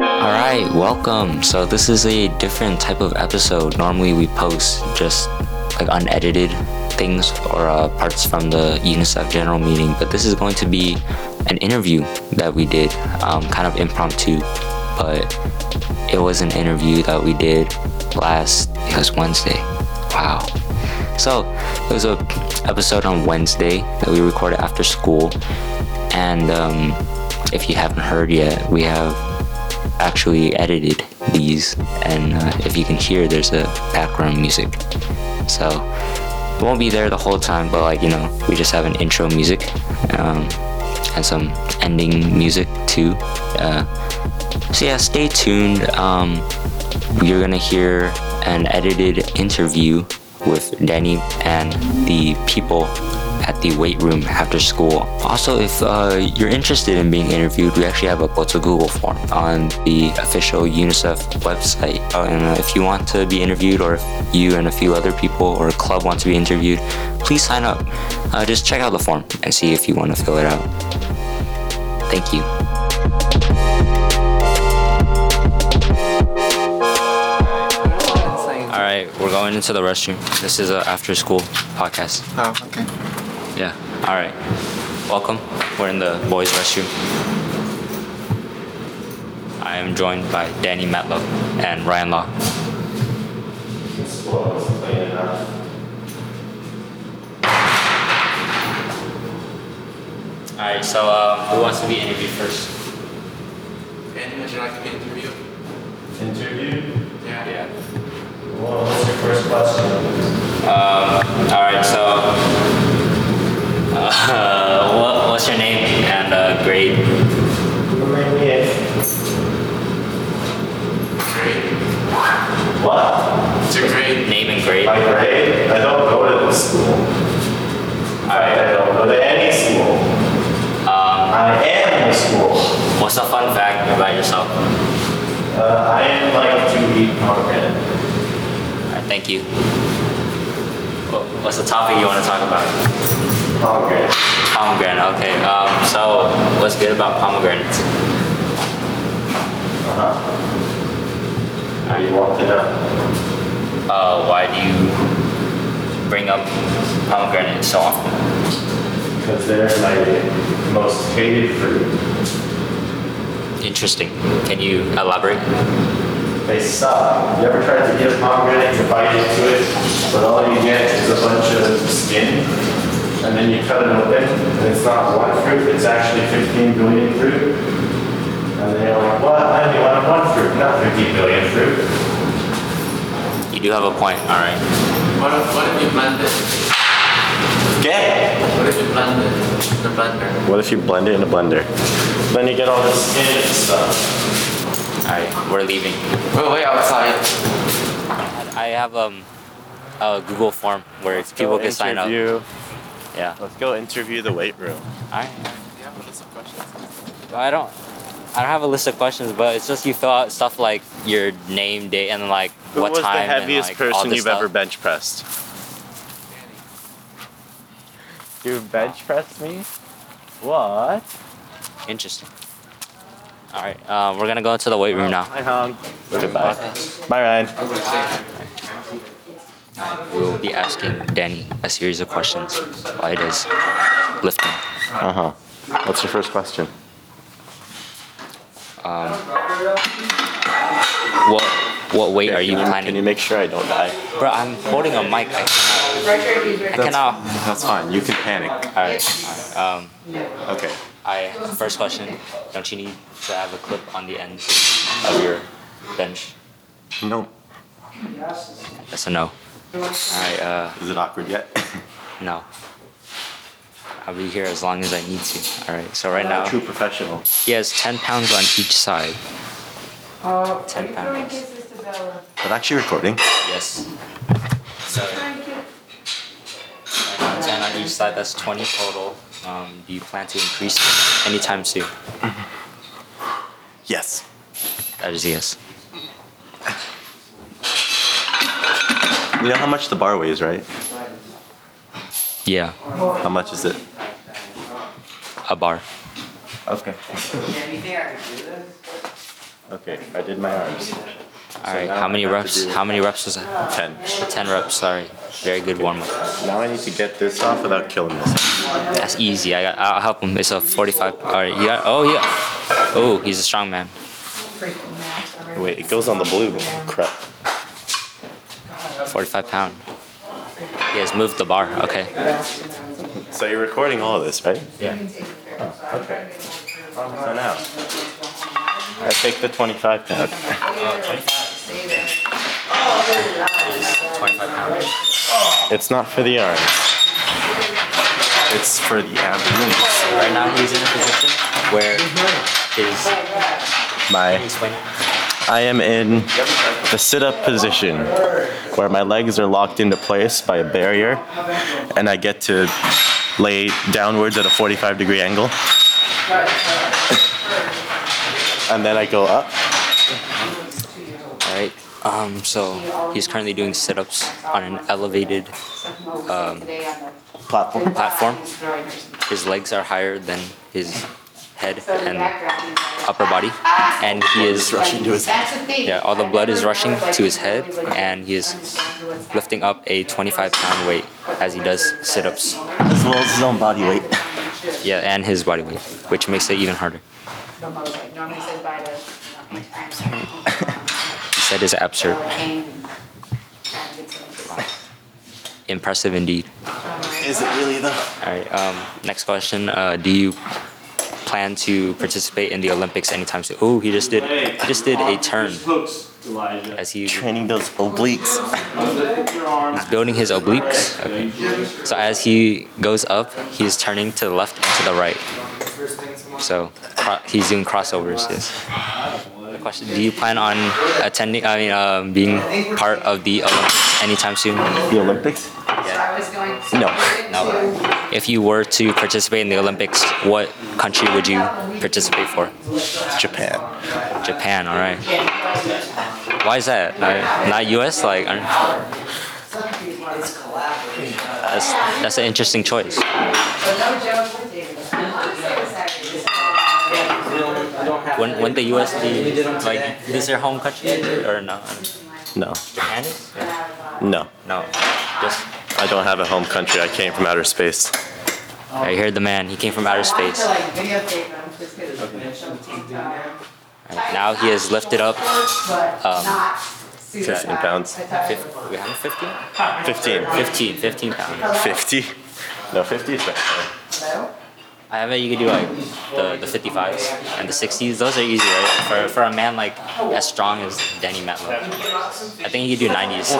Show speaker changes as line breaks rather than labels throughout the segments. right, welcome. So this is a different type of episode. Normally we post just like unedited things or uh, parts from the UNICEF general meeting, but this is going to be an interview that we did, um, kind of impromptu, but it was an interview that we did last it was Wednesday. Wow. So it was a episode on Wednesday that we recorded after school, and um, if you haven't heard yet, we have actually edited these, and uh, if you can hear, there's a background music. So it won't be there the whole time, but like you know, we just have an intro music um, and some ending music too. Uh, so yeah, stay tuned. Um, you're gonna hear an edited interview with Danny and the people at the weight room after school. Also, if uh, you're interested in being interviewed, we actually have a Go to Google form on the official UNICEF website. Uh, and uh, if you want to be interviewed, or if you and a few other people or a club want to be interviewed, please sign up. Uh, just check out the form and see if you want to fill it out. Thank you. All right, we're going into the restroom. This is an after school podcast.
Oh, okay.
Yeah. All right. Welcome. We're in the boys' restroom. I am joined by Danny Matlow and Ryan Law. All right. So, uh, who wants to be interviewed first?
Andy, would you like to be interviewed?
Interview?
Yeah.
Yeah.
Well, what's your first question?
All right. So, uh, what, what's your name and uh, grade?
Remind me if-
Great.
What?
It's a great.
Name and grade.
My grade? I don't go to this school. I, I don't go to any school. Uh, I am the school.
What's a fun fact about yourself?
Uh, I like to eat pomegranate.
All right, thank you. What- What's the topic you want to talk about?
Pomegranate.
Pomegranate. Okay. Um, so, what's good about pomegranates?
Uh-huh. How do you want to know?
Uh, why do you bring up pomegranates so often?
Because they're my most hated fruit.
Interesting. Can you elaborate?
They suck. You ever tried to get a pomegranate to bite into it, but all you get is a bunch of skin, and then you cut it open, and it's not one fruit, it's actually 15 billion fruit. And they're like, what? I only want one fruit, not 50 billion fruit.
You do have a point. All right.
What if, what if you blended?
Get?
What if you blended the blender?
What if you blend it in a blender? Then you get all the skin and stuff.
All right. We're leaving.
We'll wait outside.
I have um, a Google form where people can sign up. Yeah. All
Let's go interview the weight room.
right.
You have a list of questions.
I don't. I don't have a list of questions, but it's just you fill out stuff like your name, date, and like
Who
what
was the
time.
heaviest
and, like, all
person
this
you've
stuff.
ever bench pressed?
You bench press me? What?
Interesting. All right, uh, we're gonna go into the weight room now.
Hi, Hong. Goodbye. Bye, Ryan.
We'll be asking Danny a series of questions while he does lifting.
Uh huh. What's your first question?
What what weight are you
Can Can you
planning?
make sure I don't die?
Bro, I'm holding a mic. I cannot. I cannot.
That's fine. You can panic.
All right. All right. Um,
Okay.
I first question. Don't you need to have a clip on the end of your bench?
No.
That's a no. All right. Uh,
Is it awkward yet?
no. I'll be here as long as I need to. All right. So right now.
True professional.
He has 10 pounds on each side.
Uh,
10
Throwing
pounds.
kisses to Bella.
But actually recording.
Yes. So,
Thank you.
10 on each side, that's 20 total. Um, do you plan to increase it anytime soon?
Yes.
That is yes.
You know how much the bar weighs, right?
Yeah,
How much is it?
a bar.
Okay. Okay, I did my arms.
All right.
now
How many
I have to
reps?
do-
How many reps was that?
Ten.
Ten reps. Sorry. Very good warm up.
Now I need to get this off without killing myself.
That's easy. I got. I'll help him. It's a 45. All right. You got. Oh yeah. Oh, he's a strong man.
Freaking max. I
Wait, it goes on the blue. Crap.
45 pound. He has moved the bar. Okay.
So you're recording all of this, right?
Yeah.
Okay. So now, I take the 25 pound. It's not for the arms. It's for the abdomen.
Right now he's in a position where his.
My
Explain.
I am in the sit up position where my legs are locked into place by a barrier and I get to lay downwards at a 45 degree angle. and then I go up.
All right. Um.
uh,
So he's currently doing sit-ups on an elevated um,
Platform.
platform. His legs are higher than his head and upper body, and he is
rushing to his
That's the thing.
Yeah, all the blood is rushing to his head, and he is lifting up a 25-pound weight as he does sit-ups.
As well as his own body weight.
Yeah, and his body weight, which makes it even harder.
Normally says by the. I'm sorry.
He said it's absurd, impressive indeed.
Is it really though?
All right. Um, next question. Uh, do you plan to participate in the Olympics anytime soon? Oh, he just did. He just did a turn
Hooks, Elijah.
as he
Training those obliques.
he's building his obliques. Okay. So as he goes up, he's turning to the left and to the right. So cro- he's doing crossovers. Yes. The question: Do you plan on attending? I mean, um, being part of the Olympics anytime soon?
The Olympics?
I was going to.
No.
No. If you were to participate in the Olympics, what country would you participate for?
Japan.
Japan, all right. Why is that? Not, not U.S. Like, aren't- that's that's an interesting choice. When when the U.S. be- like is their home country or no?
No.
Japan is?
No.
No, just
I don't have a home country. I came from outer space.
I hear the man. He came from outer space. Right, Now he has lifted up.
um,
15 pounds.
Fif- we have 15?
15.
15, 15 pounds.
50? No, 50 is better.
I bet you could do like the, the 55s and the 60s. Those are easy, right? For, for a man like as strong as Danny Metlow. I think he could do 90s.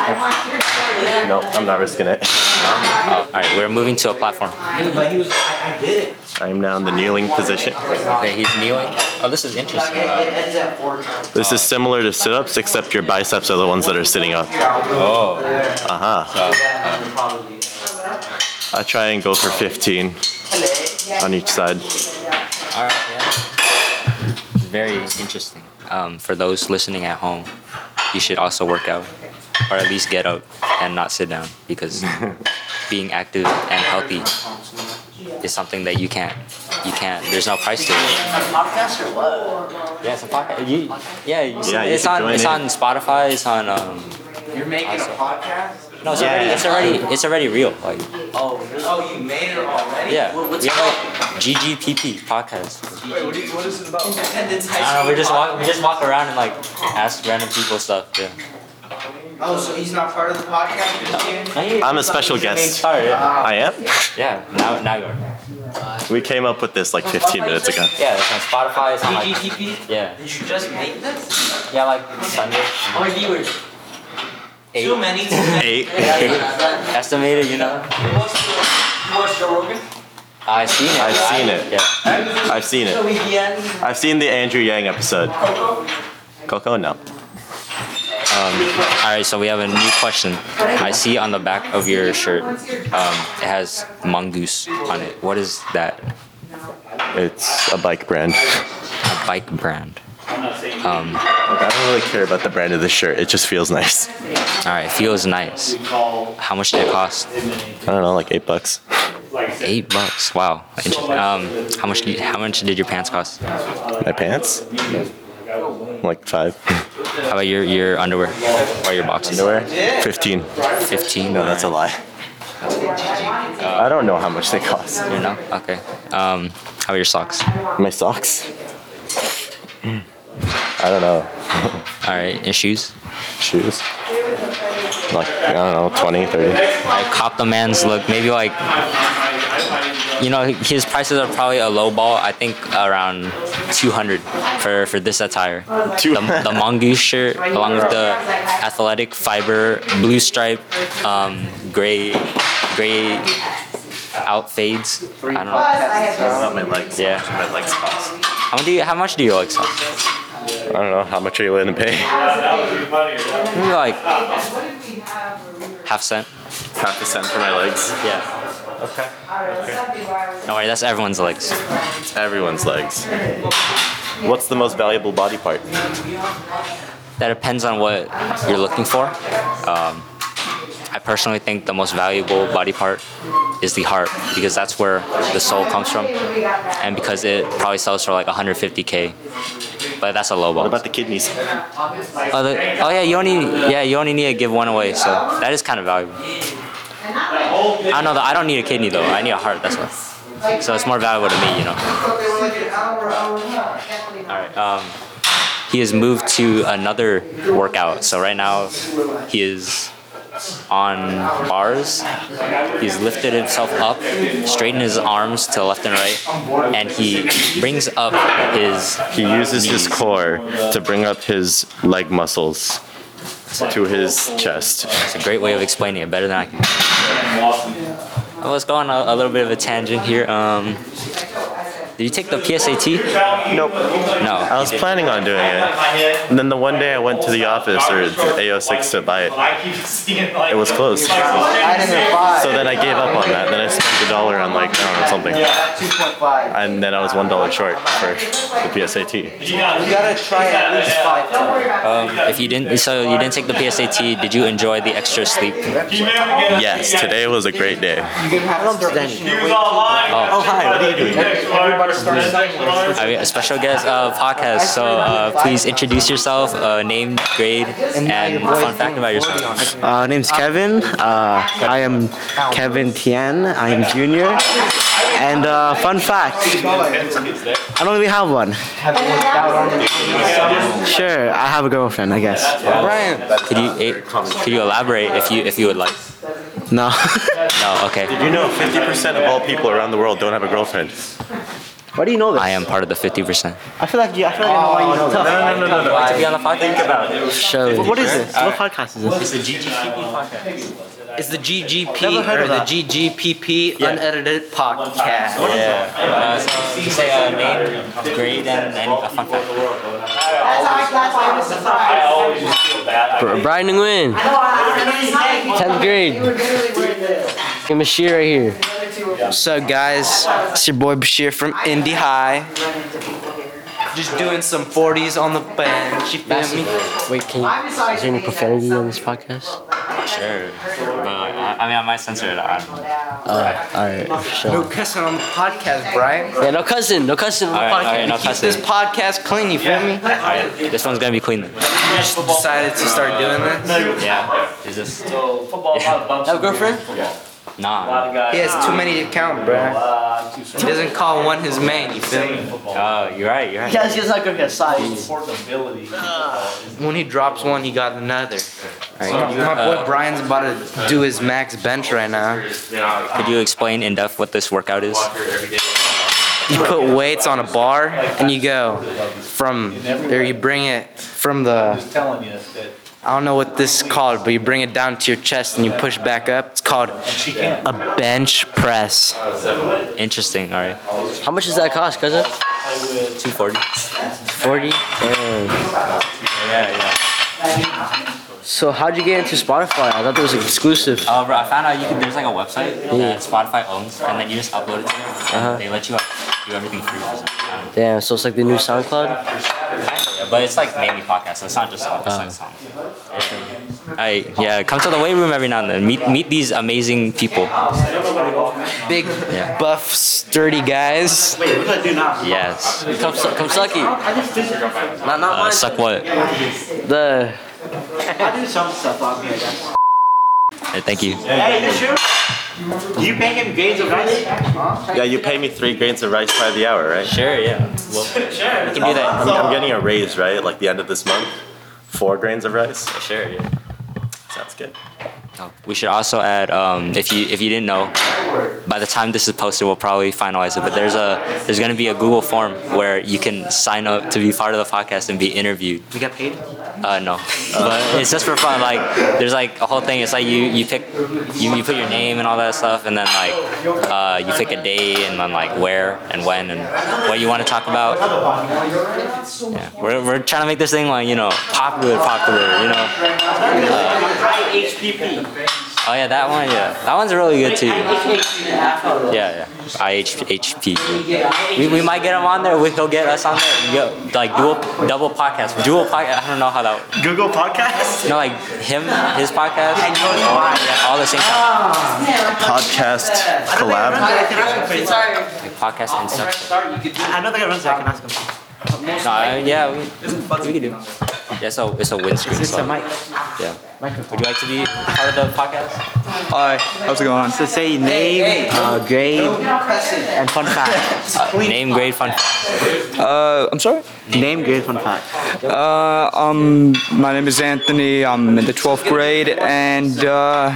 No, I'm not risking it.
Oh, all right, we're moving to a platform.
But he was, I, I did it.
I'm now in the kneeling position.
Okay, he's kneeling. Oh, this is interesting.
It
Uh,
ends at four times.
This is similar to sit ups, except your biceps are the ones that are sitting up.
oh,
Uh huh.
That would probably.
I try and go for 15 on each side.
all right, yeah. Very interesting. Um, for those listening at home, you should also work out, or at least get up and not sit down, because being active and healthy is something that you can't. You can't. There's no price to it.
Podcast or what?
Yeah, it's a podcast. You, yeah, you,
Yeah, you
it's
should
on
join
it's
in.
on Spotify. It's on um.
You're making a podcast?
No, it's
Yeah.
already it's already it's already real. Like
Oh, really? Oh, you made it already?
yeah,
What, what's
we
it
have
called?
like GGPP podcast.
Independence High School.
I don't know. We just walk we
Podcast.
just walk around and like ask random people stuff. Yeah.
Oh, so he's not part of the podcast? Just kidding?
I'm a special guest.
Sorry. Yeah.
I am?
yeah. Now now you are.
We came up with this like 15 minutes ago.
Yeah, it's on Spotify. It's on like
GGTP?
yeah
Did you just make this?
yeah like Sunday.
How many viewers?
Eight.
Too many. Too many.
Eight.
Estimated, you know.
You watch Joe Rogan?
I seen it.
I've seen it.
Yeah.
I've seen
The
it.
weekend.
I've seen the Andrew Yang episode. Coco? No.
All right, so we have a new question. I see on the back of your shirt, um, it has mongoose on it. What is that?
It's a bike brand.
A bike brand.
I'm not saying
Um,
Look, I don't really care about the brand of this shirt. It just feels nice.
all right, feels nice.
we call
How much did it cost?
him any,
I don't know, like eight bucks.
like I said,
Eight bucks. Wow. Interesting. Um, how much? Did, how much did your pants cost?
My pants? like five.
How about your your underwear or your boxes?
Underwear? 15.
Fifteen.
No, that's a lie. I don't know how much they cost.
You know? Okay. Um, how about your socks?
My socks? I don't know.
All right. And shoes?
Shoes? Like, I don't know, 20, 30.
Like cop the man's look. Maybe like you know his prices are probably a low ball. I think around two hundred for for this attire. The, the mongoose shirt along with the athletic fiber blue stripe, um, gray gray out fades. I don't know.
Plus, I have this.
my legs.
Yeah.
My legs cost.
How do you, How much do you like socks?
I don't know. How much are you willing to pay?
Maybe like
What did we have?
half cent.
Half a cent for my legs.
Yeah.
Okay.
No worry, that's everyone's legs.
Everyone's legs. What's the most valuable body part?
That depends on what you're looking for. Um, I personally think the most valuable body part is the heart because that's where the soul comes from, and because it probably sells for like 150k. But that's a low
What
ball.
about the kidneys?
Oh, the, oh yeah, you only yeah you only need to give one away, so that is kind of valuable. I don't know. though, I don't need a kidney though. I need a heart. That's why. So it's more valuable to me, you know. All right. Um, he has moved to another workout. So right now, he is on bars. He's lifted himself up, straightened his arms to left and right, and he brings up his
He uses his
knees.
core to bring up his leg muscles to his chest.
It's a great way of explaining it better than I can. I was going on a, a little bit of a tangent here. Um, did you take the PSAT?
Nope. I
No.
was planning on doing it. And then the one day I went to the office or the AO6 to buy it, it was closed.
I didn't buy.
So then I gave up on that. Then I spent a dollar on like, I don't know, something.
Two point five.
And then I was one dollar short for the PSAT.
We gotta try at least five times.
Um, if you didn't, so you didn't take the PSAT. Did you enjoy the extra sleep?
Yes, today was a great day.
You're gonna have to start pushing your weight.
Oh,
hi, what are you doing?
Everybody start cycling.
I mean, a special guest of podcast. So uh, please introduce yourself, uh, name, grade, and fun fact about yourself.
Uh, name's Kevin. Uh, I am Kevin Tien. I am junior. And uh, fun fact, I don't really have one.
Have you worked out on it?
Sure, I have a girlfriend, I guess.
Brian,
Could you eh, could you elaborate if you if you would like?
No,
No. Okay.
You know, 50% of all people around the world don't have a girlfriend.
why do you know this?
I am part of the fifty percent.
I feel like you. I feel like I know why you know this.
no, no, no.
Be on the podcast. Think about it.
Show what is this? What podcast is this?
It's the GGP
Never heard
or
of
the
that.
GGPP unedited podcast.
Yeah.
Uh, so say uh, name, grade, and, and a fun fact.
That's how I, that's why I was surprised.
Brian
I
Nguyen,
know, I- I,
tenth
You
grade.
were literally wearing this.
Give him a sheet right here.
The other two were running
So guys, it's your boy Bashir from Indy High.
into people here.
Just doing some 40s on the bench. You feel me?
Wait, can you?
I'm sorry.
Is there any profanity on this podcast?
Sure. But I, I mean, I might censor it. I don't know.
Uh, all right,
No
sure.
cussing on the podcast, Brian.
Yeah, no
Oh,
cousin, no cousin.
All right, all right, no
Keep this
cussing.
podcast clean. You feel me?
All right, this one's gonna be clean. Then.
Just decided to start doing this.
Yeah. Is this?
Have a girlfriend?
Nah.
He has too many to count, bro. He doesn't call one his man. You feel me?
Oh, you're right. You're right.
Guys, he's not gonna get size.
When he drops one, he got another. My boy Brian's about to do his max bench right now.
Could you explain in depth what this workout is?
You put weights on a bar and you go from there. You bring it from the
telling you that
I don't know what this is called, but you bring it down to your chest and you push back up. It's called
she can't.
a bench press.
Interesting. All right.
How much does that cost, cousin?
Two forty.
Forty.
Yeah, yeah.
So how'd you get into Spotify? I thought it was exclusive.
Uh, bro, I found out you can, there's like a website that Spotify owns, and then you just upload it to them. and They let you uh, do everything free. For some time.
Damn, so it's like the new SoundCloud.
Yeah, but it's like mainly podcasts. It's not just song. It's like song. I yeah, come to the weight room every now and then. Meet meet these amazing people.
big, buff, sturdy guys.
Wait, what did I do now?
Yes.
Come, come sucky. I just did. Not, not
Uh,
mine.
suck what? Uh,
The. I do some stuff on here. guys.
Thank you.
Hey, this you? You pay him grades of rice?
Yeah, you pay me three grains of rice by the hour, right?
Sure. Yeah. Well,
Sure.
can do that.
I'm, I'm getting a raise, right? Like the end of this month. Four grains of rice.
Sure. Yeah.
Sounds good.
Oh, We should also add, um, if you if you didn't know, by the time this is posted, we'll probably finalize it. But there's a there's gonna be a Google form where you can sign up to be part of the podcast and be interviewed.
We got paid?
Uh, no, but it's just for fun. Like there's like a whole thing. It's like you you pick you, you put your name and all that stuff, and then like uh, you pick a day and then like where and when and what you want to talk about. Yeah, we're we're trying to make this thing like you know popular, popular. You know. Uh,
Try HPP.
Oh yeah, that one. Yeah, that one's really good too.
HPP.
Yeah, yeah. IHP. We, we might get him on there. We, he'll get us on there. Yo, like dual double podcast, dual podcast. I don't know how that.
Google Podcast?
You know, like him, his podcast.
Oh,
Yeah, all the same time.
Podcast collab.
I can ask him. Sorry.
Like podcast and stuff.
I know the guy runs it. I can ask him.
No, I- yeah, we, we could do. Yeah, so it's a windscreen.
It's
So,
a mic.
yeah. Would you like to be part of the podcast?
Hi, how's it going?
So say your name, uh, grade, and fun fact.
Uh, name, grade, fun.
Uh, I'm sorry.
name, grade, fun fact.
Uh, um, my name is Anthony. I'm in the 12th grade, and uh,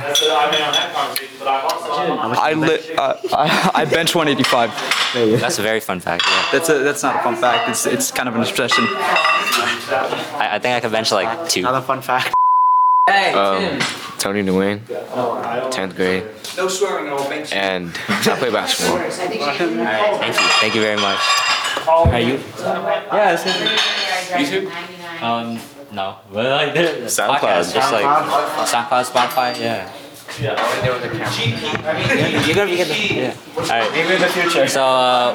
I li- uh, I, I bench 185.
That's a very fun fact. Yeah.
That's a, that's not a fun fact. It's it's kind of an expression.
I, I think I could bench like two.
Another fun fact.
Um, Tony Nguyen, 10th grade. And I play basketball.
Thank you. Thank you very much. Are you? Yeah, it's
YouTube?
Um, no. But like the
SoundCloud.
podcast, just like SoundCloud, Spotify, yeah. Yeah, you're gonna be getting yeah. All right. Maybe in the future. So, uh,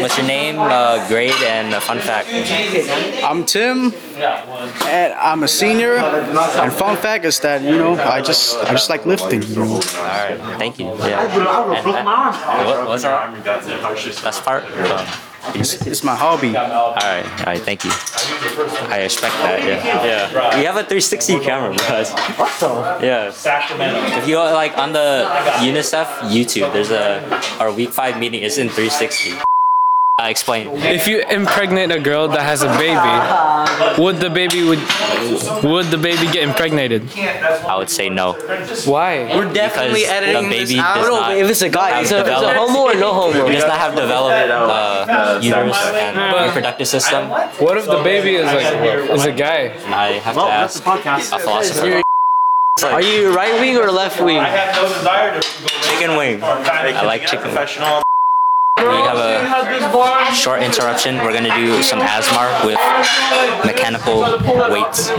what's your name, uh, grade, and a fun fact?
I'm Tim, and I'm a senior. And fun fact is that you know I just I just like lifting. You know?
All right. Thank you. Yeah. And, uh, what, what's that? That's part. Um,
It's, it's my hobby.
all right. All right. Thank you. I respect that. Yeah. Yeah. We have a 360 camera, guys. What the? Yeah.
Sacramento.
If you go like on the UNICEF YouTube, there's a our week five meeting is in 360. I explain.
If you impregnate a girl that has a baby, would the baby would would the baby get impregnated?
I would say no.
Why?
We're definitely
Because the
editing
baby
this out.
does not-
if it's a guy, it's a, it's a homo or no
It
homo?
does not have developed uh, uterus and reproductive system.
What if the baby is like is a guy?
And I have to ask
that's the podcast.
a philosopher.
Are you right wing or left wing?
have no desire to go
Chicken wing. I like chicken.
professional.
We have a short interruption. We're gonna do some ASMR with mechanical weights.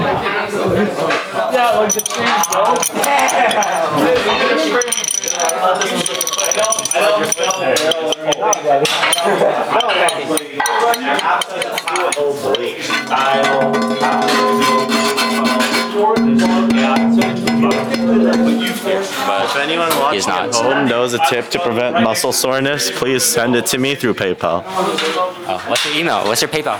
If anyone watching
He's not.
at home knows a tip to prevent muscle soreness, please send it to me through PayPal.
Uh, what's your email? What's your PayPal?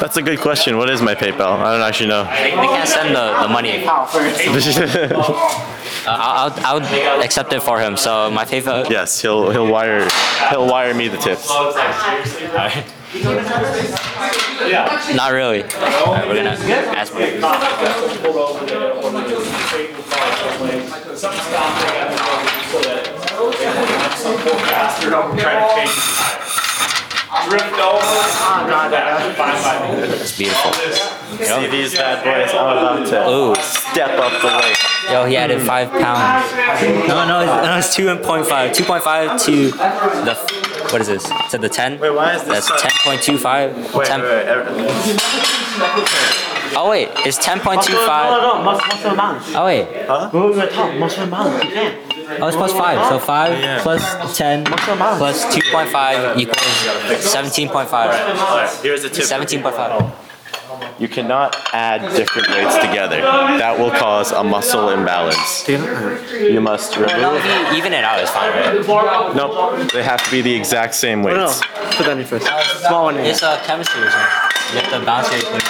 That's a good question. What is my PayPal? I don't actually
They, they can't send the, the money. Uh,
know.
I'll, I'll, I'll accept it for him. So my favorite.
yes, he'll he'll wire he'll wire me the tips.
Not really. Alright, we're gonna ask It's beautiful.
See these bad boys. I'm about to
Ooh.
step up the weight.
Yo, he added five pounds. No, no, it's, no, it's two and point five. Two point five to the f- what is this? To the ten?
Wait, why is this
That's
not-
ten point two five.
Wait, wait, wait. every-
Oh wait, it's ten point two five.
No, no, muscle, muscle bound.
Oh wait,
Go over the top, muscle bound. You can't.
oh it's plus five. So five
Yeah.
plus ten plus two point five equals seventeen point five.
All right, here's a tip.
Seventeen point five.
You cannot add different weights together. That will cause a muscle imbalance. You must remove.
Even it out is fine, right?
Nope, they have to be the exact same weights.
Put that in first. Small one. It's uh, chemistry or something. You have to balance your equation.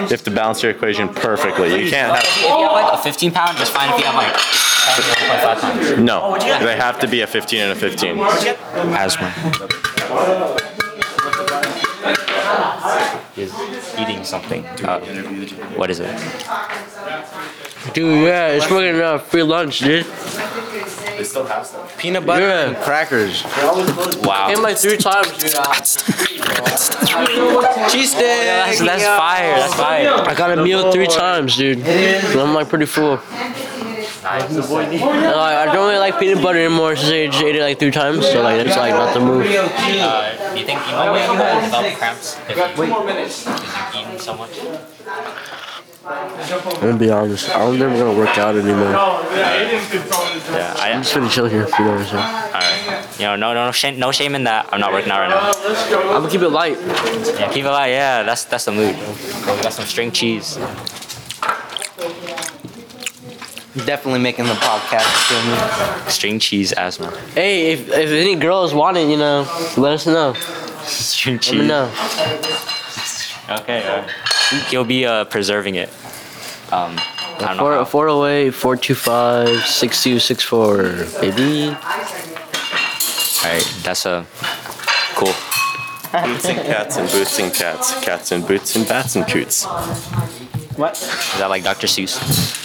You have to balance your equation perfectly. You can't
If you have like a 15 pound, just fine. If you have like 1.5 pounds.
have. No, they have to be a 15 and a 15.
Asthma. Is eating something. Uh, what is it?
Dude, yeah, it's fucking uh, free lunch, dude.
They still have stuff.
Peanut butter
Yeah.
and crackers.
Wow.
Came like three times, dude. Oh,
Cheese steak.
that's, that's fire. That's fire. I got a meal three times, dude. And I'm like pretty full. And, like, I don't really like peanut butter anymore since I just ate it like three times, so like that's like not the move.
Uh, do you think you might develop cramps if you
Two more minutes.
keep eating so much?
I'm gonna be honest. I'm never gonna work out anymore.
Yeah,
I'm just gonna chill here for a few hours. yeah.
Alright. You know, no, no shame, no shame in that. I'm not working out right now.
I'm gonna keep it light.
Yeah, keep it light. Yeah, that's that's the mood. We got some string cheese.
Definitely making the podcast. feel me.
String cheese asthma.
Hey, if, if any girls want it, you know, let us know.
String
Let me
cheese.
know.
Okay.
uh,
alright. He'll be uh, preserving it. Um, I don't know.
Four four oh eight four two five six two six four baby.
Alright, that's a cool.
Boots and cats and boots and cats. Cats and boots and bats and coots.
What?
Is that like Dr. Seuss?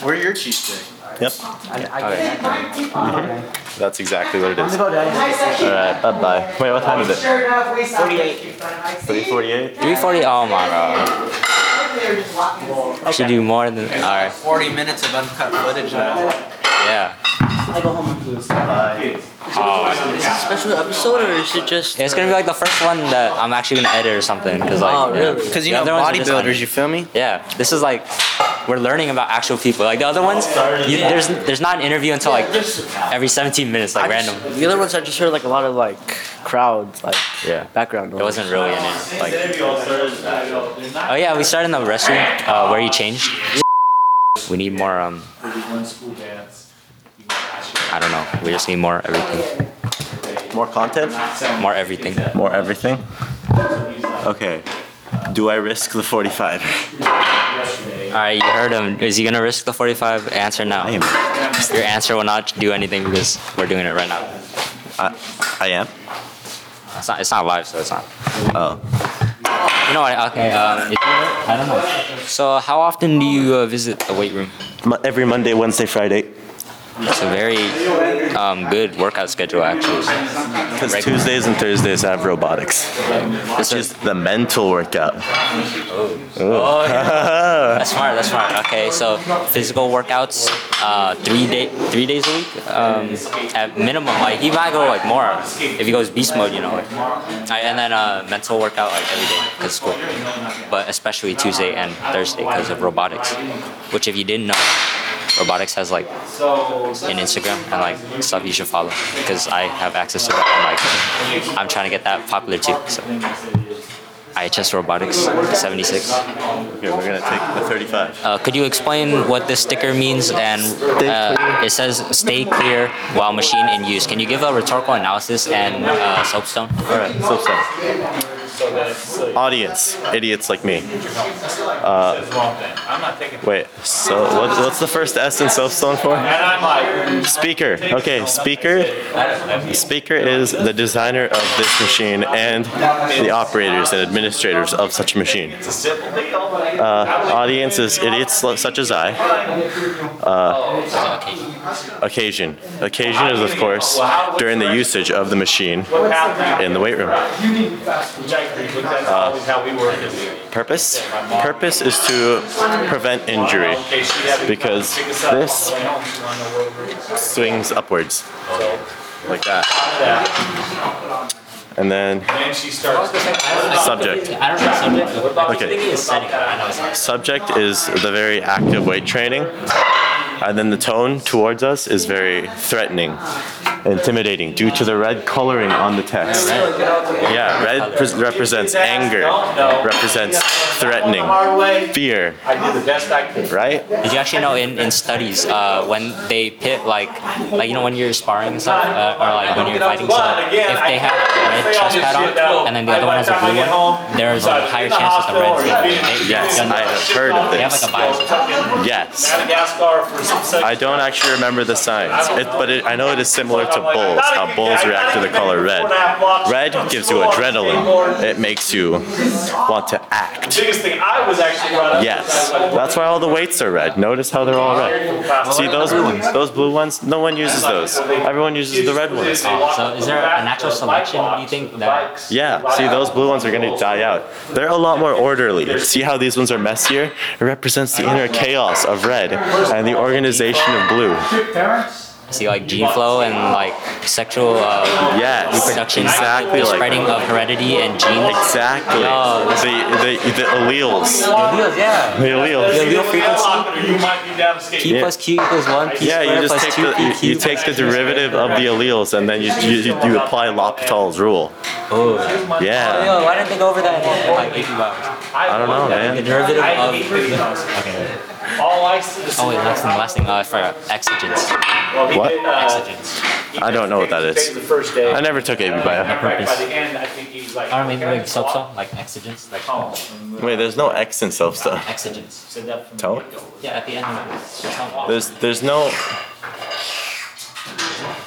Where are your cheese steak?
Yep,
Okay.
that's exactly what it is. Alright, bye bye. Wait, what time is it?
Sure enough, we saw. Forty-eight.
348?
340. Oh my god. I should do more than. Alright.
40 minutes of uncut footage now.
Yeah. Oh.
Special episode or is it just?
Yeah, it's gonna be like the first one that I'm actually gonna edit or something. Cause like,
Oh, really?
yeah.
Because you
The other
know
ones are just, like-
bodybuilders, you feel me?
Yeah, this is like we're learning about actual people. Like the other ones, you, there's there's not an interview until like every 17 minutes, like random.
The other ones I just heard like a lot of like crowd like
Yeah.
background
It
noise.
wasn't really an in like. Oh yeah, we started in the restroom uh, where you changed. We need more. Um, I don't know. We just need more everything.
More content?
More everything.
More everything? Okay. Do I risk the 45?
All right, you heard him. Is he gonna risk the 45? Answer now.
I am.
Your answer will not do anything because we're doing it right now.
I, I am?
It's not. It's not live, so it's not.
Oh.
You know what? Okay. Um, I don't know. So, how often do you uh, visit the weight room?
Mo- Every Monday, Wednesday, Friday.
It's a very um, good workout schedule, actually.
Because Tuesdays and Thursdays have robotics. It's just the mental workout.
Oh, yeah. that's smart. That's smart. Okay, so physical workouts, uh, three day, three days a week, um, at minimum. Like he might go like more if he goes beast mode, you know. Like, I- and then uh, mental workout like every day because school, but especially Tuesday and Thursday because of robotics. Which, if you didn't know, robotics has like an Instagram and like stuff you should follow because I have access to it and like I'm trying to get that popular too. So. IHS Robotics 76.
Here, we're going to take the 35.
Uh, could you explain what this sticker means? And uh, it says "Stay clear while machine in use." Can you give a rhetorical analysis and uh, soapstone?
All right, so so. Audience, idiots like me. Uh, wait, so what, what's the first S in Soapstone for? Speaker. Okay, speaker. Speaker is the designer of this machine and the operators and administrators of such a machine. Uh, audience is idiots lo- such as I. Uh, occasion. Occasion is, of course, during the usage of the machine in the weight room. Purpose? Purpose is to prevent injury because this swings upwards like that. And then subject.
I don't know subject.
Okay.
Setting. I know it's not.
Subject is the very active weight training. And then the tone towards us is very threatening, intimidating due to the red coloring on the text. Yeah, red pres- represents anger, represents threatening, fear.
I did the best I could.
Right?
Did you actually know in, in studies uh, when they pit like like you know when you're sparring and stuff uh, or like when you're fighting stuff if they have a red chest pad on and then the other one has a blue one there's a higher chance that the red's gonna win. They-
Yes,
they've done
I
that.
have heard of
They have
this.
like a bias.
Yes. I don't actually remember the signs, it, but it, I know it is similar to bulls, how bulls react to the color red. Red gives you adrenaline, it makes you want to act.
Biggest thing I was actually brought up.
Yes, that's why all the weights are red. Notice how they're all red. See those those blue ones? No one uses those. Everyone uses the red ones.
So is there a natural selection? Do you think that?
Yeah, see those blue ones are gonna die out. They're a lot more orderly. See how these ones are messier? It represents the inner chaos of red and the organization of blue.
See, like gene flow and like sexual uh,
Yes,
reproduction,
exactly
the
like
spreading
that.
of heredity and genes.
Exactly. The, the, the alleles.
alleles, Uh-huh. yeah.
The alleles.
The allele frequency.
You might be down to
P plus Q equals one. P
Yeah,
squared
you just
plus
take
two
the
P
you, you take the derivative of the alleles and then you you, you, you apply L'Hopital's rule.
Oh.
Yeah.
Yo, why didn't they go over that in like 80 hours?
I don't know, man.
The derivative of. Okay.
All I see.
Oh wait, last thing, last thing. Uh, for exigence.
What?
uh,
Exigence.
I don't know what that is. I never took AB bio.
end, I think he's like.
Or maybe like sub sub, like exigence, like.
Wait, there's no X in self stuff.
Exigence.
Tone?
Yeah, at the end. of it.
There's there's no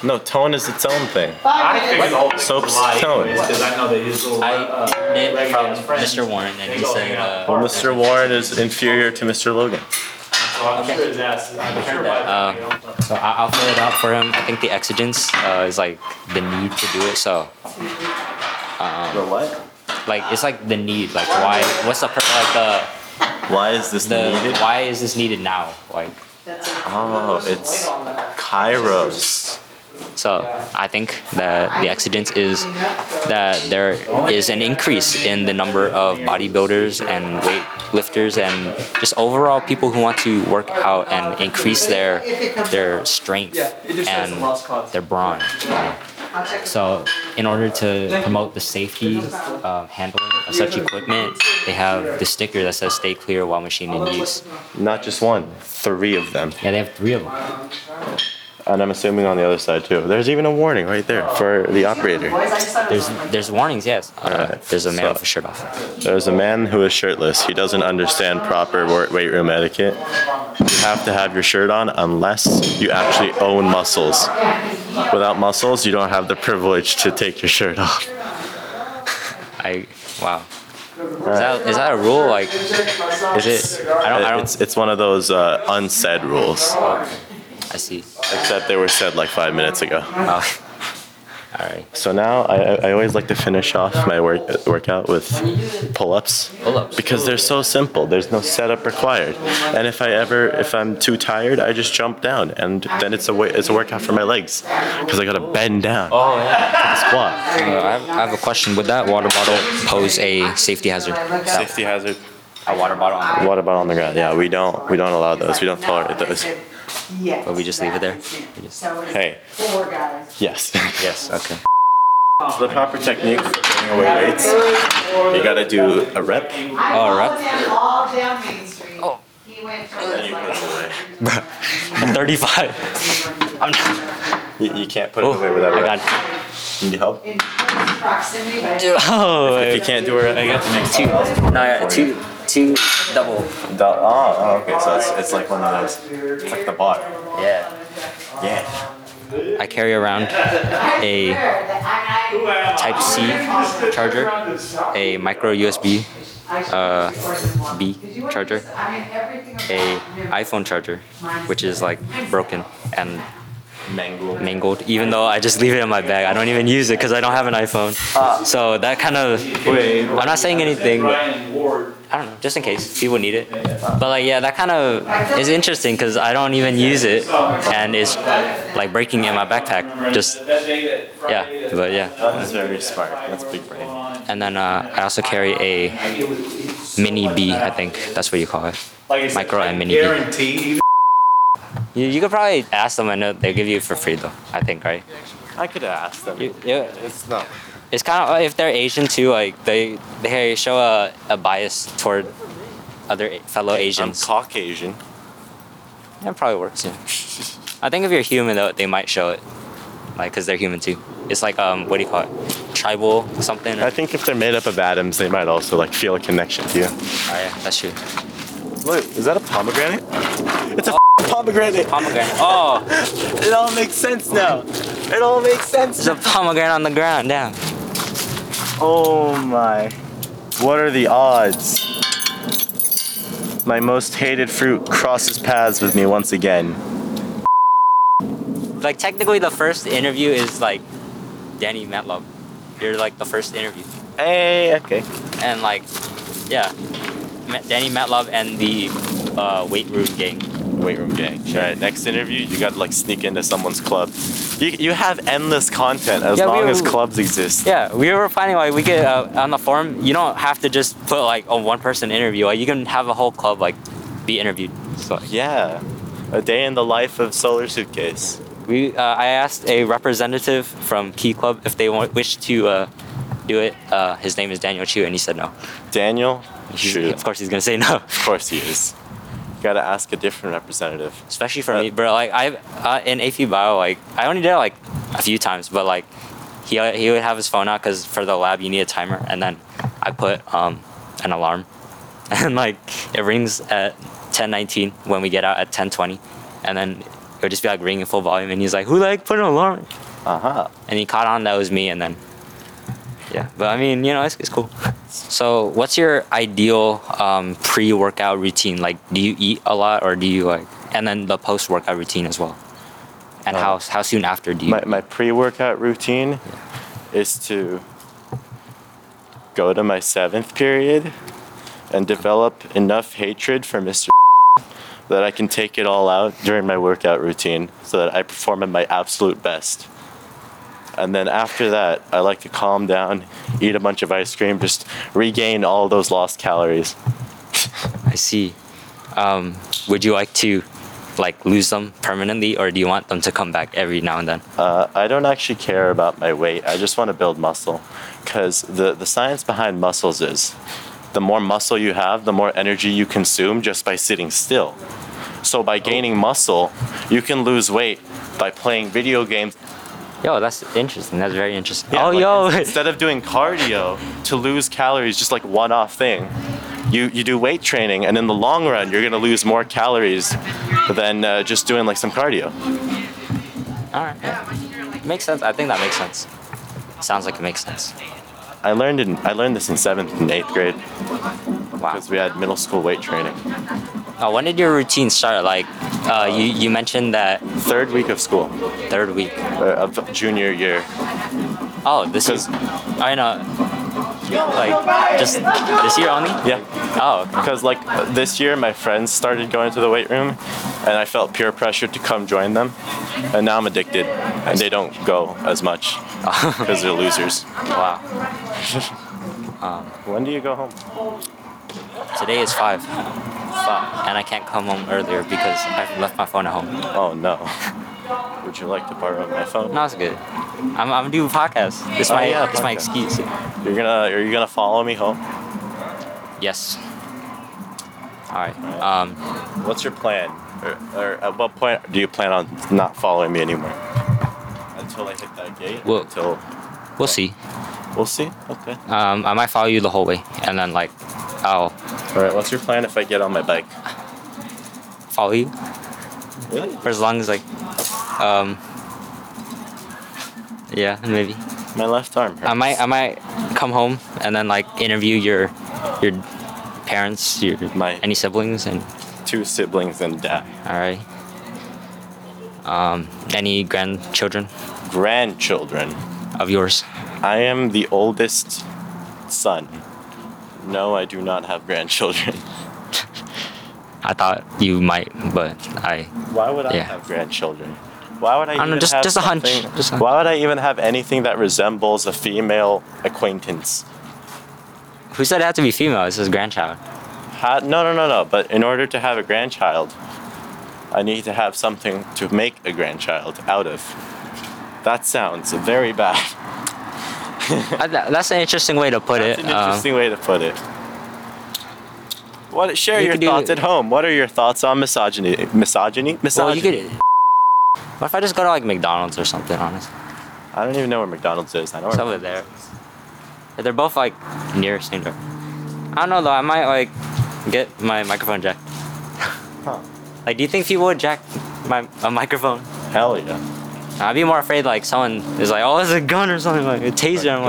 no tone is its own thing.
I figured the whole thing
Soap's
was a lie
tone.
because I know that his little. I
it from Mr. Warren, and he said. Uh,
Well, Mr. Warren is inferior to Mr. Logan.
So I'm sure his ass is. I'm sure by
Uh, so I- I'll fill it out for him. I think the exigence uh, is like the need to do it. So. Um,
the what?
Like it's like the need. Like why? What's the purpose? Like the.
Why is this
the,
needed?
Why is this needed now? Like.
Oh, it's Kairos.
So I think that the accident is that there is an increase in the number of bodybuilders and weightlifters and just overall people who want to work out and increase their their strength and their brawn. So in order to promote the safety um, handling of such equipment, they have the sticker that says "Stay clear while machine in use."
Not just one, three of them.
Yeah, they have three of them.
And I'm assuming on the other side too. There's even a warning right there for the operator.
There's there's warnings, yes. Uh, there's a man with a shirt off.
There's a man who is shirtless. He doesn't understand proper wor- weight room etiquette. You have to have your shirt on unless you actually own muscles. Without muscles, you don't have the privilege to take your shirt off.
I wow. Is that, is that a rule? Like, is it? I don't. I don't.
It's, it's one of those uh, unsaid rules.
I see.
Except they were said like five minutes ago.
Oh. All right.
So now I, I always like to finish off my work, workout with pull-ups,
Pull-ups.
because they're so simple. There's no setup required, and if I ever if I'm too tired, I just jump down, and then it's a wa- it's a workout for my legs, because I gotta bend down.
Oh yeah.
Squat.
Uh, I, have, I have a question. Would that water bottle pose a safety hazard?
Safety hazard.
A water bottle, on,
Water bottle on the ground. Yeah, we don't we don't allow those. We don't tolerate those.
Yes.
but we just leave it there. We just-
So it's
Hey.
four guys.
Yes.
Yes. Okay.
So the proper technique for putting away weights, you gotta do a rep.
All right. Oh.
All down Main Street. He went towards like.
I'm 35.
You, you can't put it away without a
I
rep.
got.
Need help?
Proximity.
Oh.
If you can't do a rep, I got the next
two. No, yeah, two, two, double.
The, oh, oh, okay. So it's, it's like one of those. It's like the bar.
Yeah.
Yeah.
I carry around a Type C charger, a micro USB uh, B charger, a iPhone charger, which is like broken and
Mango.
mangled. Even though I just leave it in my bag, I don't even use it because I don't have an iPhone. So that kind of. I'm not saying anything.
Brian Ward.
I don't know, just in case people need it. But like, yeah, that kind of is interesting because I don't even use it, and it's like breaking in my backpack. Just
That day that Friday
yeah,
that
but yeah.
That is very smart. That's big brain.
And then uh, I also carry a mini B, I think that's what you call it.
Like I said,
Micro
I
and mini B.
Guarantee.
You, you could probably ask them. I know they'll give you it for free though. I think right.
I could ask them.
yeah.
It's not.
It's kind of if they're Asian too, like they they show a, a bias toward other A- fellow Asians. I'm
Caucasian.
That probably works. Yeah. I think if you're human though, they might show it, like because they're human too. It's like um, what do you call it? Tribal something.
I think if they're made up of atoms, they might also like feel a connection to you.
Oh yeah, that's true.
Look, is that a pomegranate? It's a pomegranate.
Pomegranate. Oh,
it all makes sense now. It all makes sense.
There's a pomegranate on the ground. Damn.
Oh my. What are the odds? My most hated fruit crosses paths with me once again.
Like technically, the first interview is like Danny Matlock. You're like the first interview.
Hey, okay.
And like, yeah, Ma- Danny Matlock and the uh, weight room gang.
Weight room gang. All right, next interview, you gotta like sneak into someone's club. You, you have endless content as
Yeah, we
long as
were-
clubs exist.
Yeah, we were planning like we could uh, on the forum. You don't have to just put like a one person interview. Like you can have a whole club like be interviewed. So
yeah, a day in the life of Solar Suitcase.
We uh, I asked a representative from Key Club if they want, wish to uh, do it. Uh, his name is Daniel Chu, and he said no.
Daniel,
Of course, he's gonna say no.
Of course he is. You gotta ask a different representative.
especially for me, bro. Like I uh, in AP Bio, like I only did it like a few times, but like he he would have his phone out because for the lab you need a timer, and then I put um an alarm, and like it rings at ten nineteen when we get out at ten twenty, and then it would just be like ringing full volume, and he's like, "Who like put an alarm?"
Uh huh.
And he caught on that was me, and then yeah, but I mean you know it's it's cool. So what's your ideal um, pre-workout routine? Like, do you eat a lot, or do you like, and then the post-workout routine as well? And how how soon after do you?
My, my pre workout routine is to go to my seventh period and develop enough hatred for Mr. that I can take it all out during my workout routine so that I perform at my absolute best. And then after that, I like to calm down, eat a bunch of ice cream, just regain all those lost calories.
I see. Um, would you like to, like, lose them permanently, or do you want them to come back every now and then?
Uh, I don't actually care about my weight. I just want to build muscle. Because the, the science behind muscles is the more muscle you have, the more energy you consume just by sitting still. So by gaining muscle, you can lose weight by playing video games.
Yo, that's interesting. That's very interesting.
oh, yo. Instead of doing cardio to lose calories, just like one off thing, you, you do weight training, and in the long run, you're going to lose more calories than uh, just doing like some cardio.
All right. yeah. Makes sense. I think that makes sense. Sounds like it makes sense.
I learned in I learned this in seventh and eighth grade. Because we had middle school weight training.
Oh, when did your routine start? Like, uh, you you mentioned that
third week of school.
Third week
uh, of junior year.
Oh, this is. I know. Like just this year only.
Yeah.
Oh.
Because like this year, my friends started going to the weight room, and I felt peer pressure to come join them, and now I'm addicted, and they don't go as much because they're losers.
Wow.
um, when do you go home?
Today is five. And I can't come home earlier because I've left my phone at home.
Oh no. Would you like to borrow my phone?
No, it's good. I'm, I'm doing podcast. It's
Oh,
my
yeah,
it's my
podcast.
excuse.
You're gonna are you gonna follow me home?
Yes. All right. Um,
What's your plan? Or, or at what point do you plan on not following me anymore? Until I hit that gate.
Well-
until
We'll see.
We'll see. Okay.
Um, I might follow you the whole way, and then like, I'll.
All right. What's your plan if I get on my bike?
Follow you
Really?
for as long as like, um. Yeah, maybe.
My left arm. Hurts.
I might I might come home and then like interview your your parents, your
my
any siblings and
two siblings and uh, dad.
All right. Um, any grandchildren?
Grandchildren.
Of yours.
I am the oldest son. No, I do not have grandchildren.
I thought you might, but I.
Why would I
Yeah.
have grandchildren? Why would I?
I don't know,
even
just-
have
just a hunch,
something-
just a hunch.
Why would I even have anything that resembles a female acquaintance?
Who said it had to be female? It says grandchild.
How, no, no, no, no. But in order to have a grandchild, I need to have something to make a grandchild out of. That sounds very bad.
I- that- that's an interesting way to put
That's
it.
an
um,
interesting way to put it. What? Share
You
your
could do-
thoughts at home. What are your thoughts on misogyny? Misogyny?
um, Well,
Misogyny.
you could. What if I just go to like McDonald's or something? Honestly,
I don't even know where McDonald's is. I know
it's
where
over there. They're both like near St. Joe. I don't know though. I might like get my microphone jacked. Like, do you think people would jack my a microphone?
Hell yeah.
I'd be more afraid like someone is like, oh, it's a gun or something like a taser. I'm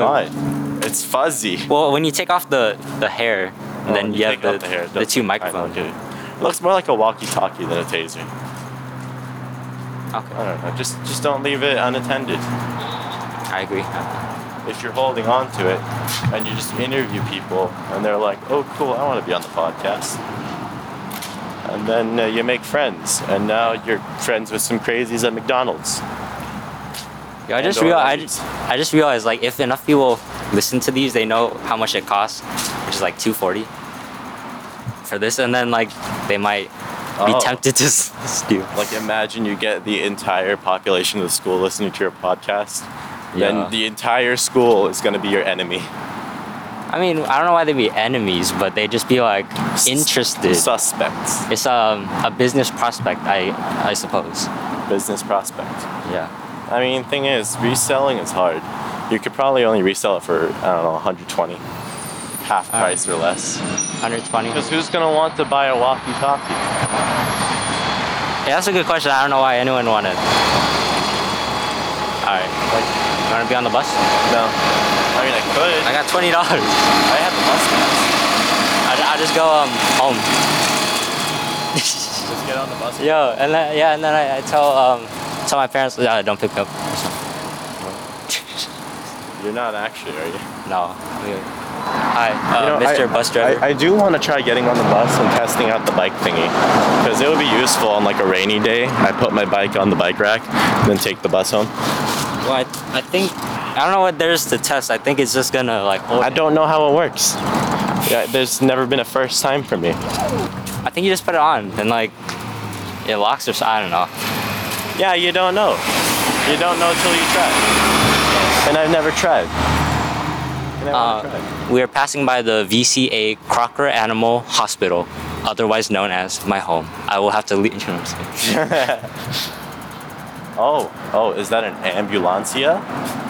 like,
It's fuzzy.
Well, when you take off the the hair,
Oh,
then
when
you,
you
have
take
the,
off the hair, it
the
does-
two microphones.
It looks more like a walkie-talkie than a taser.
Okay.
I don't know. Just just don't leave it unattended.
I agree.
If you're holding on to it and you just interview people and they're like, "Oh, cool, I want to be on the podcast," and then uh, you make friends, and now you're friends with some crazies at McDonald's.
Yeah, I just
And or
realized. I just, I just realized like if enough people listen to these, they know how much it costs, which is like two forty for this, and then like they might be
Oh.
tempted to s- steal.
Like imagine you get the entire population of the school listening to your podcast,
Yeah.
then the entire school is going to be your enemy.
I mean, I don't know why they'd be enemies, but they'd just be like interested.
Suspects.
It's um, a business prospect, I I suppose.
Business prospect.
Yeah.
I mean, thing is, reselling is hard. You could probably only resell it for I don't know 120, half price or less.
120.
Because who's gonna want to buy a walkie-talkie?
Yeah, that's a good question. I don't know why anyone wanted. All right. Like, you want to be on the bus?
No. I mean, I could.
I got twenty dollars.
I have the bus
pass. I will just go um home.
Just get on the bus.
Yo, and then yeah, and then I, I tell um tell my parents uh, don't pick me up.
You're not actually, are you?
No. Hi, uh, Mr.
I,
Bus Driver.
I, I do want to try getting on the bus and testing out the bike thingy because it would be useful on like a rainy day. I put my bike on the bike rack, and then take the bus home.
Well, I, I think I don't know what there is to test. I think it's just gonna like.
I don't know how it works. Yeah, there's never been a first time for me.
I think you just put it on and like it locks or something. I don't know.
Yeah, you don't know. You don't know till you try. And I've never tried.
Uh, we are passing by the VCA Crocker Animal Hospital, otherwise known as my home. I will have to leave. You know what I'm saying?
oh, oh, is that an ambulancia?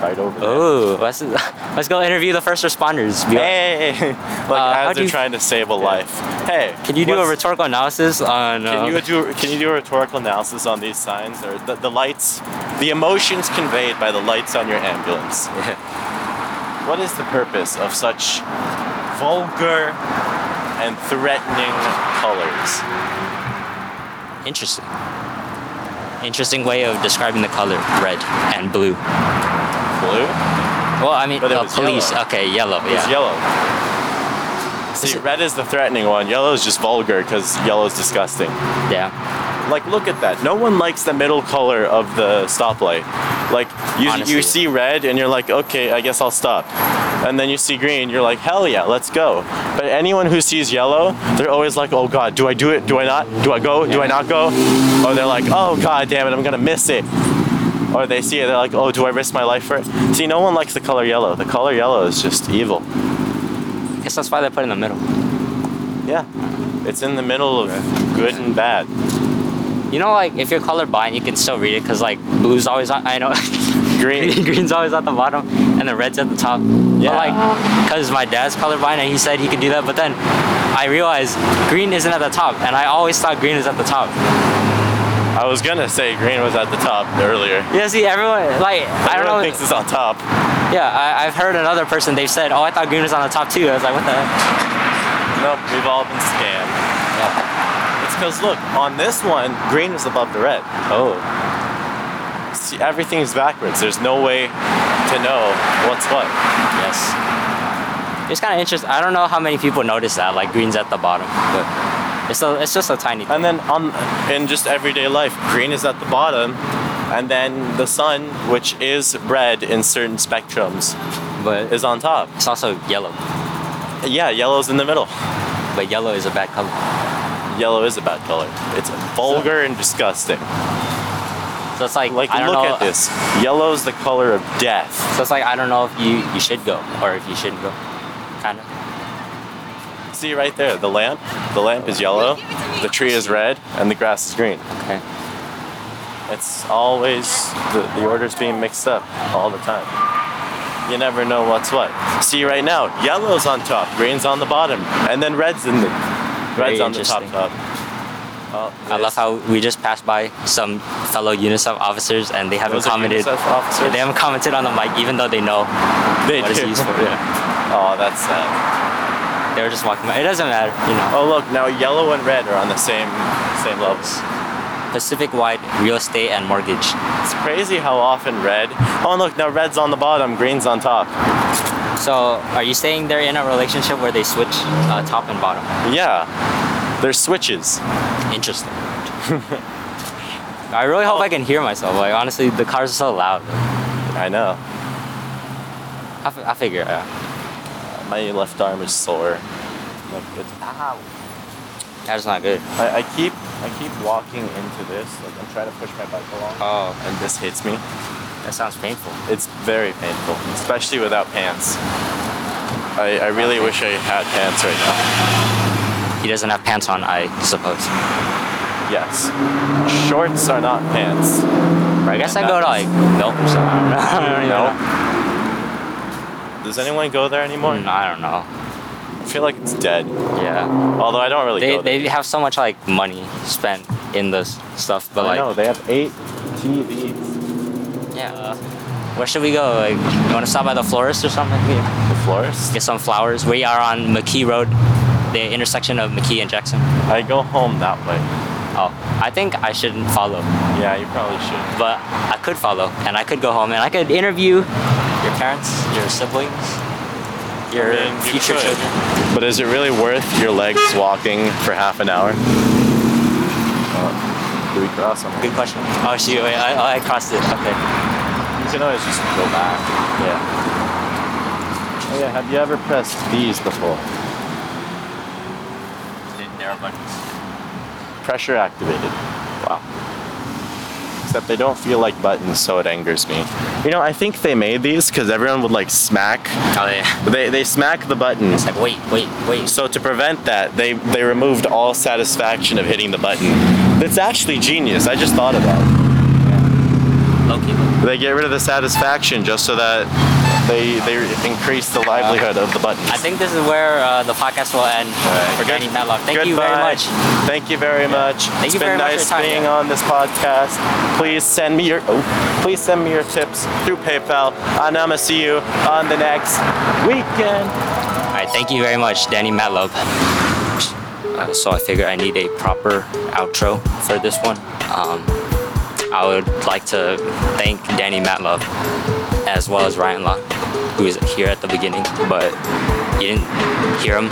Right over there.
Oh, let's, let's go interview the first responders. Be like,
Hey, like
Uh, how
as
do
they're
you-
trying to save a life. Hey,
Can you do a
what's-
rhetorical analysis on?
Can you
uh,
do can you do a rhetorical analysis on these signs or the, the lights, the emotions conveyed by the lights on your ambulance? what is the purpose of such vulgar and threatening colors?
Interesting. Interesting way of describing the color red and blue.
Blue?
Well, I mean,
But it
uh,
was
police.
yellow.
Okay, yellow.
It was
yeah.
yellow. See, red is the threatening one. Yellow is just vulgar because yellow is disgusting.
Yeah.
Like, look at that. No one likes the middle color of the stoplight. Like, you,
Honestly.
you see red and you're like, okay, I guess I'll stop. And then you see green, you're like, hell yeah, let's go. But anyone who sees yellow, they're always like, oh god, do I do it? Do I not? Do I go? Do I not go? Or they're like, oh god damn it, I'm gonna miss it. Or they see it, they're like, oh, do I risk my life for it? See, no one likes the color yellow. The color yellow is just evil.
Guess that's why they put it in the middle.
Yeah. It's in the middle of good and bad.
You know, like if you're colorblind, you can still read it because like blue's always on. I know. Green. Green's always at the bottom, and the red's at the top. Yeah. But like, cause my dad's colorblind, and he said he could do that. But then, I realized green isn't at the top, and I always thought green is at the top.
I was gonna say green was at the top earlier.
Yeah. See, everyone like I don't
Everyone
know.
thinks it's on top.
Yeah, I, I've heard another person. They said, "Oh, I thought green was on the top too." I was like, "What the heck?"
Nope, we've all been scammed. It's because look, on this one, green is above the red. Oh. See, everything's backwards. There's no way to know what's what.
Yes. It's kind of interesting. I don't know how many people notice that. Like green's at the bottom, but it's a, it's just a tiny.
And then on in just everyday life, green is at the bottom, and then the sun, which is red in certain spectrums,
but
is on top.
It's also yellow.
Yeah, yellow's in the middle.
But yellow is a bad color.
yellow is a bad color. It's vulgar and disgusting.
So it's like,
like
I don't
look
know-
at this. Yellow's the color of death.
So it's like I don't know if you you should go or if you shouldn't go. Kind of.
See right there, the lamp. The lamp is yellow, the tree is red, and the grass is green.
Okay.
It's always the, the order's being mixed up all the time. You never know what's what. See right now, yellow's on top, green's on the bottom, and then red's in the red's
Very
on the top
interesting.
top.
I love how we just passed by some fellow UNICEF officers and they haven't
Those are
commented.
UNICEF officers?
They haven't commented on the mic, even though they know
They
what it's
do,
used for.
Oh, that's sad.
They were just walking by. It doesn't matter, you know.
Oh look, now yellow and red are on the same same levels.
Pacific-wide real estate and mortgage.
It's crazy how often red. Oh look, now red's on the bottom, green's on top.
So, are you saying they're in a relationship where they switch uh, top and bottom?
Yeah, there's switches.
Interesting. I really hope I can hear myself. Like honestly, the cars are so loud.
I know.
I, f- I figure uh, it out.
My left arm is sore. Look, it's ow.
That's not good.
I, I keep I keep walking into this. Like I'm trying to push my bike along.
Oh.
And this hits me.
That sounds painful.
It's very painful, especially without pants. I, I really wish I had pants right now.
He doesn't have pants on, I suppose.
Yes. Shorts are not pants.
Right, I guess I go to like milk or something. I don't even know.
Does anyone go there anymore?
I don't know.
I feel like it's dead.
Yeah.
Although I don't really
They,
go there.
they have so much like money spent in this stuff, but
I
like
know, they have eight TVs.
Yeah. Where should we go? Like, you want to stop by the florist or something?
The florist?
Get some flowers. We are on McKee Road, the intersection of McKee and Jackson.
I go home that way.
Oh, I think I shouldn't follow.
Yeah, you probably should.
But I could follow, and I could go home, and I could interview your parents, your siblings, your
I mean, you
future
could.
children.
But is it really worth your legs walking for half an hour? Uh, do we cross them?
Good question. Oh, shoot, wait, I, I crossed it. Okay.
You can always just go back.
Yeah.
Oh yeah, have you ever pressed these before?
Narrow buttons.
Pressure activated. Wow. Except they don't feel like buttons, so it angers me. You know, I think they made these because everyone would like smack.
Oh yeah.
They, they smack the button. It's
like wait, wait, wait.
So to prevent that, they they removed all satisfaction of hitting the button. That's actually genius. I just thought of that.
Okay.
They get rid of the satisfaction just so that they they increase the livelihood of the button.
I think this is where uh, the podcast will end for Journey Matlock. Thank you very
Goodbye.
much.
Thank you very much.
Thank
it's
you
been
very much for
nice
your time.
being on this podcast. Please send me your oh, please send me your tips through PayPal. And I'ma see you on the next weekend.
All right, thank you very much, Danny Matlob. Uh, so I figure I need a proper outro for this one. Um, I would like to thank Danny Matlob as well as Ryan Locke, who was here at the beginning, but you didn't hear him,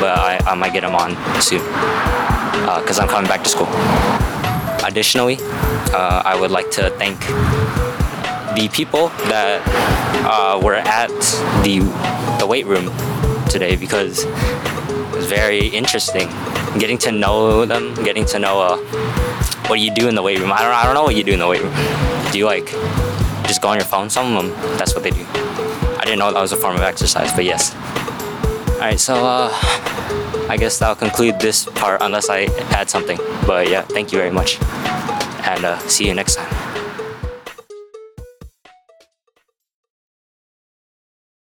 but I, I might get him on soon because I'm coming back to school. Additionally, uh, I would like to thank the people that uh, were at the the weight room today because it was very interesting getting to know them, getting to know uh, what do you do in the weight room. I don't I don't know what you do in the weight room. Do you like just go on your phone? Some of them that's what they do. I didn't know that was a form of exercise, but yes. All right, so uh, I guess that'll conclude this part unless I add something. But yeah, thank you very much, and uh, see you next time.